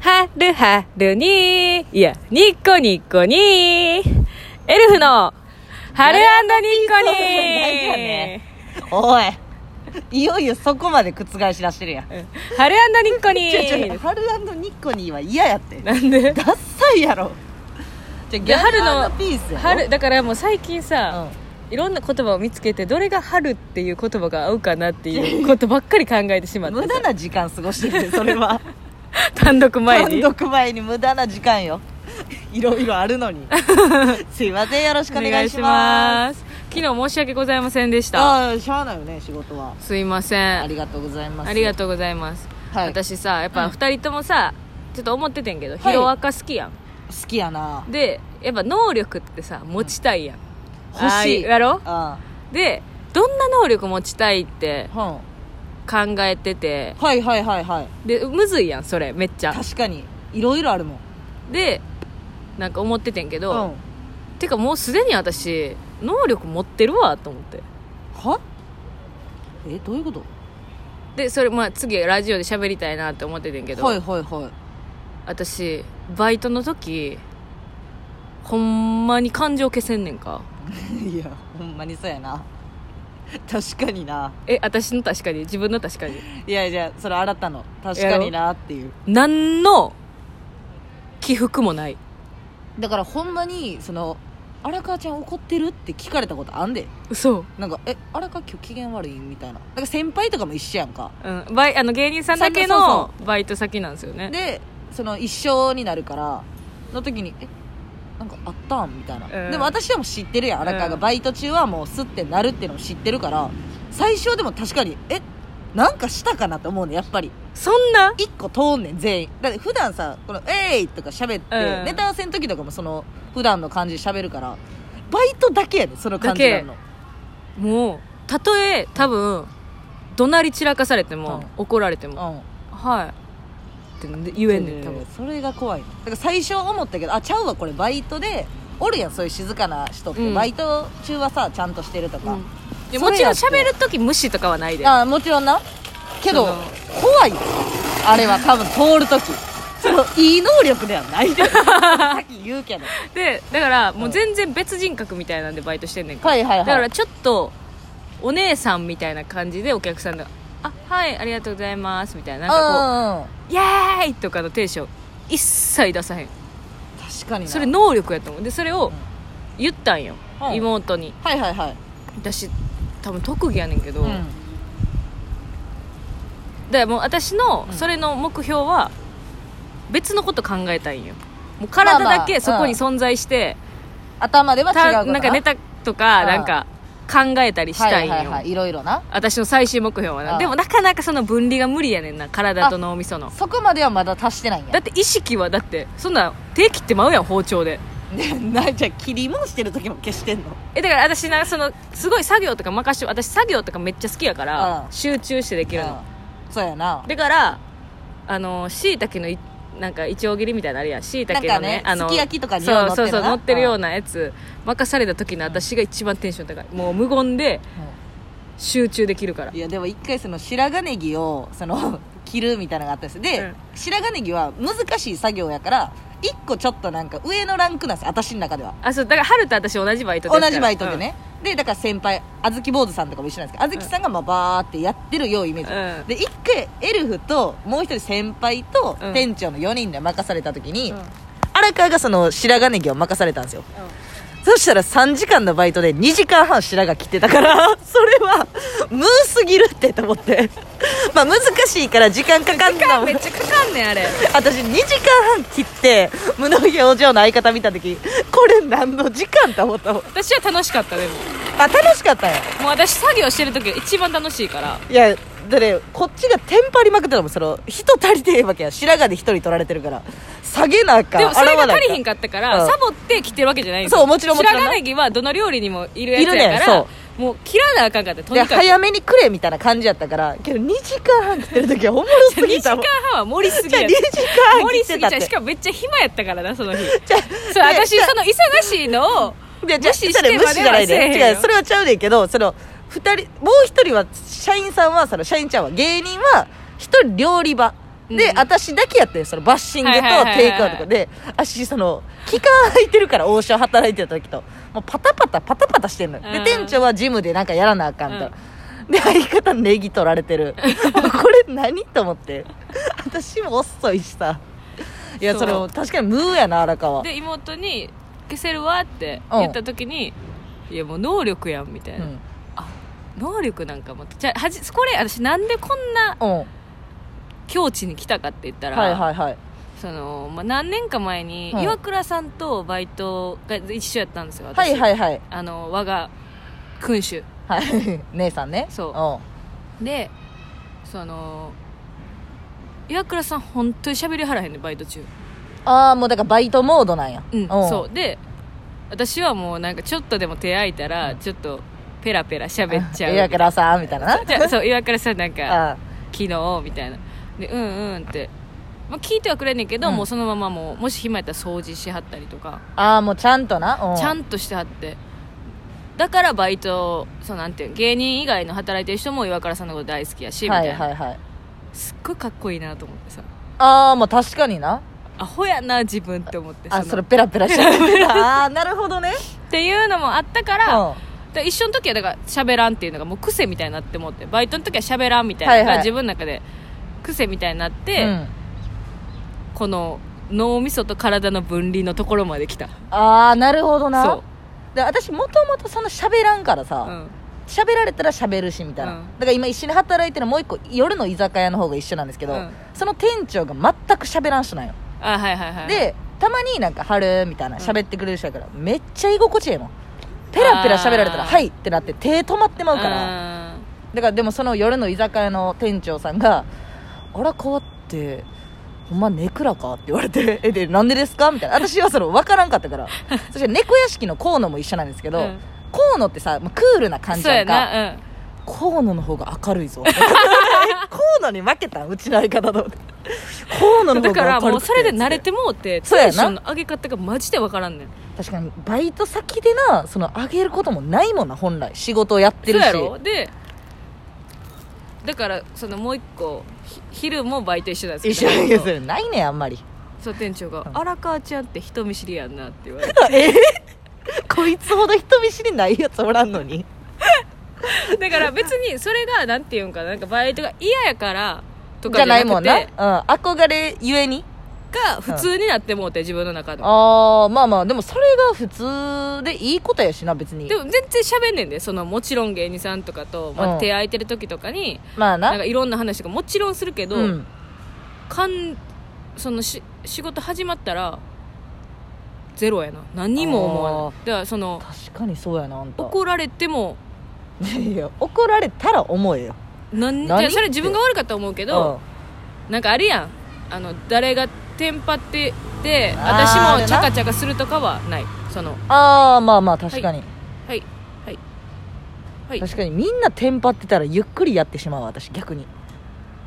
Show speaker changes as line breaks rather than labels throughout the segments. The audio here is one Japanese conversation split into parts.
はるはるに、いや、にっこにっこに、エルフの、はるニッコ
なん
に
やね、おいいよいよそこまで覆し出してるやん
はるニッコ
違う違う
に、
春ニッコニーは嫌やって
なんで
ダッサいやろじゃ
いや
ギャル
春の
ピースやろ
春、だからもう最近
う
さ
ん、
いろんな言葉を見つけて、どれが春っていう言葉が合うかなっていうことばっかり考えてしまって
無駄
さ、
な時間過ごしてるねそれは
単独前
単
に。
独前に無駄な時間よいろいろある のにすいませんよろしくお願いします
す。昨日申し訳ございませんでした。
ああしゃあないよね仕事は
すいません。
ありがとうございます
ありがとうございます、
はい
私さやっぱ2人ともさ、ちょっと思っててんけど、
はい
ヒロアカ好きやん
好きやな
でやっぱ能力ってさ持ちたいやん、
欲
ああ
し
い
いう
やろ
あ
でどんな能力持ちたいって
あうん
考えてて
はいはいはいはい
でむずいやんそれめっちゃ
確かにいろいろあるもん
でなんか思っててんけ
う
ど、
ん
てかもうすでに私能力持ってるわと思って
はえどういうこと
でそれまあ次ラジオで喋りたいなって思っててんけど、
はいはいはい
私バイトの時ほんまに感情消せんねんか
いやほんまにそうやな確かにな
え私の確かに自分の確かに
いやいやそれ新たの確かになっていう
何の起伏もない
だからほんまにその荒川ちゃん怒ってるって聞かれたことあんで
そ
なんかえ荒川今日機嫌悪いみたいななんか先輩とかも一緒やんか
う、うん、バイあの芸人さんだけ
そう
の
そ
バイト先なんですよね
でその一緒になるからの時にえなんかあったんみたいな、
うん
でも私でも知ってるやん荒川が
うん
バイト中はもうスッてなるっていうのも知ってるから最初でも確かにえなんかしたかなと思うねやっぱり
そんな
一個通んねん全員だって普段さこの「えい!」とか喋って、
うん
ネタ合わせの時とかもその普段の感じで喋るからバイトだけやねんその感じなの
もうたとえ多分怒鳴り散らかされても、怒られても、
うん
はいって言えんねん多分、
それが怖いのだから最初思ったけどあちゃうわこれバイトでおるやんそういう静かな人って、
うん
バイト中はさちゃんとしてるとか、
いや
そ
も
れ
ちろ
や
ん
って
喋る時無視とかはないで
あもちろんなけど
その
怖いよあれは多分通る時そのいい能力では ないでさっき言うけど
でだからもう全然別人格みたいなんでバイトしてんねんか
はいはいはい
だからちょっとお姉さんみたいな感じでお客さんが「あはいありがとうございます」みたいななんか
うんうんうん
こう「イエーイ!」とかのテンション一切出さへん
確かにな
それ能力やと思うでそれを
ん
言ったんよ、
うん
妹に
はいはいはい
私多分特技やねんけど、
う
だか
ん
らもう私の
うん
それの目標は別のこと考えたいんよもう体だけそこに存在して、
頭では違う
た
こと
なんかネタとか
うん
なんか考えたりしたいんよ、
はいはいはいいろいろな
私の最終目標は
あ
な
あ
でもなかなかその分離が無理やねんな体と脳みその
そこまではまだ達してないん
だ
や
って意識はだってそんな手切ってまうやん包丁で
なじゃあ切りもしてる時も消してんの
えだから私なそのすごい作業とか任して私作業とかめっちゃ好きやから
ああ
集中してできるの
うんそうやな
だからあのしいたけのいなんかいちょう切りみたいなのあるやんしいたけ
な
の
んかね
ねあの
すき焼きとかによう
そ
乗
うそ
ってる
うそう
な
乗ってるようなやつ任された時の私が一番テンション高いもう無言で集中できるから
いやでも一回その白髪ネギをその 切るみたいなのがあったんですで、
うん
白髪ネギは難しい作業やから一個ちょっとなんか上のランクなんです私の中では
あそうだから春と私同じバイトで
同
すから
じバイトでね、でだから先輩あずき坊主さんとかも一緒なんですけどあずきさんがまあバーってやってるようイメージ、
うん
で一回エルフともう一人先輩と
うん
店長の4人で任された時に、
うん
荒川がその白髪ネギを任されたんですよそしたら3時間のバイトで2時間半白髪切ってたから それはムーすぎるってと思って まあ難しいから時間かかん
時間
の
めっちゃかかんねんあれ
私2時間半切って無の表情の相方見た時これ何の時間と思ったもん
私は楽しかったでも
あ楽しかったんや
もう私作業してる時が一番楽しいから
いやだねこっちがテンパりまくってたもんその人足りてへんわけや白髪で1人取られてるから下げなあかん
でもそれ
洗
が
わなあか
足りひんかったから、
うん
サボって切ってるわけじゃないんです
そうもちろんもちろんな
白髪ネギはどの料理にもいるやつ
いるね
や
ん
か
そ
らもう切らなあかんかったと
で
にかく
早めにくれみたいな感じやったからけど2時間半切ってる時はおもろすぎ
2時
た
間
もん
半は盛りすぎ
じゃあ
や
2
った
時間半
盛
切
り
っ
す
て
ぎ
たっ
ちゃ
て
うしかもめっちゃ暇やったからなその日
じゃあ
そう私
じゃあ
その忙しいのを
で
無視して
無視じゃな
までは
い
せえへんよ
で違うそれはちゃうねんけどその二人もう一人は社員さんはその社員ちゃんは芸人は一人料理場で、
うん
私だけやってんそのバッシング
は
と
いはいはいはい
テイクアウトとかで私その期間空いてるから王将働いてた時ともうパタパタパタパタしてんのよ、
う
で
ん
店長はジムでなんかやらなあかんみたいな、で相方ネギ取られ てるもうこれ何と思って私も遅いしさいや
そう
それも確かにムーやな荒川
で妹に「消せるわ」って言った時に「いやもう能力やん」みたいうな、
ん
能力なんかもじゃあはじこれ私なんでこんな
うん
境地に来たかって言ったら、
はいはいはい
そのまあ、何年か前に
うん
岩倉さんとバイトが一緒やったんですよ私
はいはいはい
あの我が君主
はい 姉さんね
そうんでその岩倉さん本当に喋りはらへんねバイト中
ああもうだからバイトモードなんや
うんそうで私はもうなんかちょっとでも手空いたらちょっとペラペラ喋っ ちゃう
岩倉さんみたいな
じゃあそう岩倉さんなん か
な
昨日みたいなでうんうんって、まあ、聞いてはくれんねんけど、
うん
もうそのままもうもし暇やったら掃除しはったりとか、
ああもうちゃんとなう
ちゃんとしてはってだからバイトそうなんていうの芸人以外の働いてる人も岩倉さんのこと大好きやしみた
はいい
な、
はいはい
すっごいかっこいいなと思ってさ
ああもう確かにな
アホやな自分って思って
あ
の
それペラペラしちゃっ てたああなるほどね
っていうのもあったか
うん
ら、
は
だから一緒の時はだから喋らんっていうのがもう癖みたいになってもってバイトの時は喋らんみたいなのが、
はいはい
自分の中で癖みたいになっ
い
て、この脳みそと体の分離のところまで来た
ああなるほどな
そう
で私もともとそんな喋らんから
う
さ
ん
喋、られたら喋るしみたいな、
うん
だから今一緒に働いてるもう一個夜の居酒屋の方が一緒なんですけど、
うん
その店長が全く喋らん人なんよ
あはいはいはい
でたまになんか「春」みたいな喋ってくれる人やから、めっちゃ居心地ええもんペラペラ喋られたら「
あー
はい」ってなって手止まってまうから、
ら
だからでもその夜の居酒屋の店長さんが「あら川ってほんまネクラか?」って言われて「 えでなんでですか?」みたいな私はその分からんかった からそして猫屋敷の河野も一緒なんですけど、
うん
河野ってさもうクールな感じ
そう
や
や
んか
なうん
河野の方が明るいぞ え河野に負けたんうちの相方と思って河野の方が明るくて
だからもうそれで慣れてもうて
そうやな
テンションの上げ方がマジで分からんねん
確かにバイト先でなその上げることもないもんな本来仕事をやって
そう
るし
やろでだからそのもう一個ひ昼もバイト一緒なんで
一
すけ
緒
ど
にするないねんあんまり
そう店長が
う
「
ん
荒川ちゃんって人見知りやんな」って言われ て
えこいつほど人見知りないやつおらんのに
だから別にそれがなんていうんかななんかバイトが嫌やからとかじ
じゃ
ゃ
な
ない
も
く
んな、うん
て、
憧れゆえに
が普通になってもうて自分の中で
ああまあまあでもそれが普通でいいことやしな別に
でも全然喋んねんでそのもちろん芸人さんとかと、ま
うん
あ、手空いてる時とかに
まあな
なんかいろんな話とかもちろんするけど、
うん、
かんそのし仕事始まったらゼロやな何も思わないだからその
確かにそうやなあんた
怒られても
いや怒られたら思えよ
何
何
いやそれは自分が悪かったと思うけど、なんかあれやんあの誰がテンパってて私
あーあ
も
れな
チャカチャカするとかはないその
うんああまあまあ確かに、
はいはいはい
確かにみんなテンパってたらゆっくりやってしまうわ私 逆に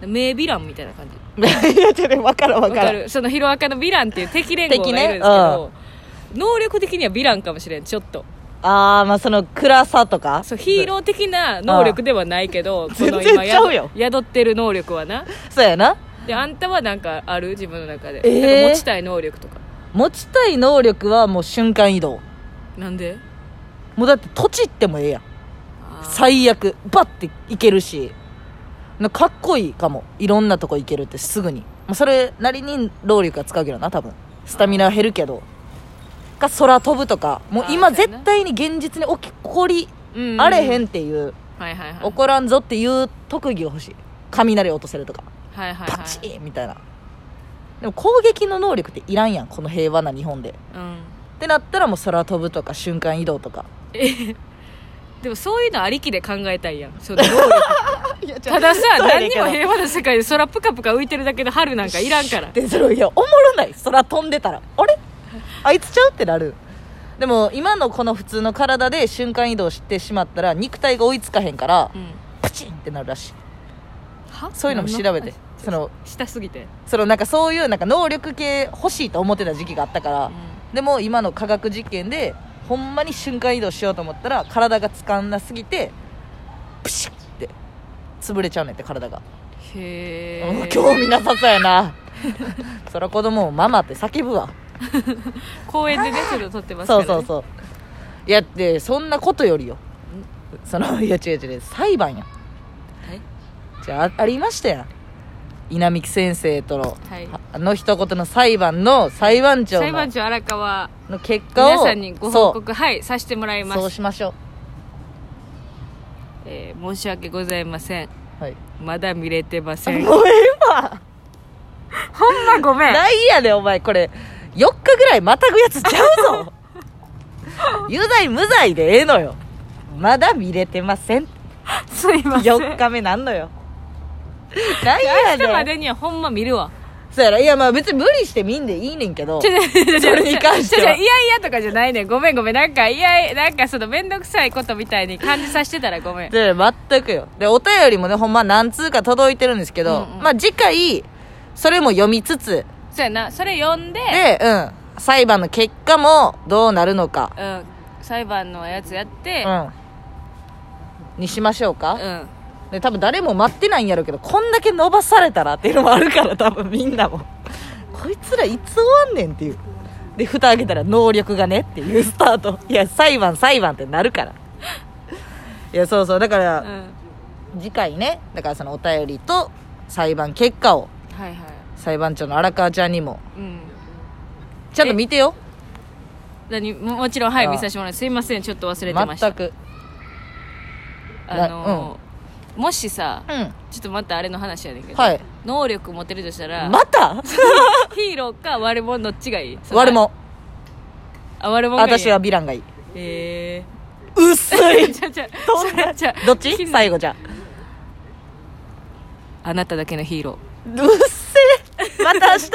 名ヴィランみたいな感じ
いやちょっと分からん分
わかるそのヒロアカのヴィランっていう敵連合がいるんですけど、能力的にはヴィランかもしれんちょっと
ああまあその暗さとか
そうヒーロー的な能力ではないけどこの今
全然ちゃうよ
宿宿ってる能力はな
そうやな
であんたはなんかある自分の中で、
えー
なんか持ちたい能力とか
持ちたい能力はもう瞬間移動
なんで
もうだって土地ってもええやん
あー
最悪バッていけるしなかっこいいかもいろんなとこ行けるってすぐに、まあ、それなりに労力が使うけどな多分スタミナは減るけどか空飛ぶとかもう今
あーそうやな
絶対に現実に起き起こり
うんうん
あれへんっていう
はいはいはい
起こらんぞっていう特技が欲しい雷落とせるとか
はいはいはい
パチーンみたいなでも攻撃の能力っていらんやんこの平和な日本で
うん
ってなったらもう空飛ぶとか瞬間移動とか
でもそういうのありきで考えたいやん その能力たださ何にも平和な世界で空プカプカ浮いてるだけの春なんかいらんから
でそれいやおもろない空飛んでたらあれあいつちゃうってなるでも今のこの普通の体で瞬間移動してしまったら肉体が追いつかへんから
うん
プチンってなるらしい
は
そういうのも調べてその
したすぎて、
そのなんかそういうなんか能力系欲しいと思ってた時期があったから、
う
でも今の科学実験でほんまに瞬間移動しようと思ったら体がつかんなすぎてプシュって潰れちゃうねんって体が
んへ
うん
え
興味なさそうやな そら子供もママって叫ぶわ
公園でねそれを撮ってますから、
そう
ね、
そうそういやってそんなことよりよそのいや違う違う裁判や
はい
じゃあありましたやん稲美先生との、
はい
あの一言の裁判の裁判長
裁
の
判長荒川
の結果を
皆さんにご報告はいさせてもらい
そう
ま
そう
す、
しましょ
えー申し訳ございません
うはい
まだ見れてません ほん
もうええわ
まごめん
ないやでお前これ4日ぐらいまたぐやつちゃう ぞ有罪無罪でええのよまだ見れてません
すいません
4日目なんのよなんや
明日ま
で
でにはほんま見るわ
そうやろいやまあ別に無理して見んでいいねんけど
ちょちょちょ
それに関しては
ちょちょいやいやとかじゃないねんごめんごめんなんかいやいやなんかその面倒くさいことみたいに感じさせてたらごめん
で全くよでお便りもねほんま何通か届いてるんですけど、
うんうん
まあ次回それも読みつつ
そうやなそれ読んで
でうん裁判の結果もどうなるのか
うん、裁判のやつやって
うんにしましょうか、
うん
で多分誰も待ってないんやろうけどこんだけ伸ばされたらっていうのもあるから多分みんなもこいつらいつ終わんねんっていうで蓋開けたら能力がねっていうスタートいや裁判裁判ってなるからいやそうそうだから、
うん
次回ねだからそのお便りと裁判結果を
はいはい
裁判長の荒川ちゃんにも
うん
ちゃんと見てよ
何ももちろんはい
ああ
見させてもらいますすいませんちょっと忘れてました
全く
あのーもしさ
うん
ちょっとまたあれの話やねんけど、
はい
能力持ってるとしたら、
また
ヒーローか悪者どっちがいい
悪者
あ悪者がいい
私はヴィランがいい
え
薄
えー、
い
ちゃちゃ
どんな
ちゃ
どっち最後じゃん
あなただけのヒーロー
うっせえまた明日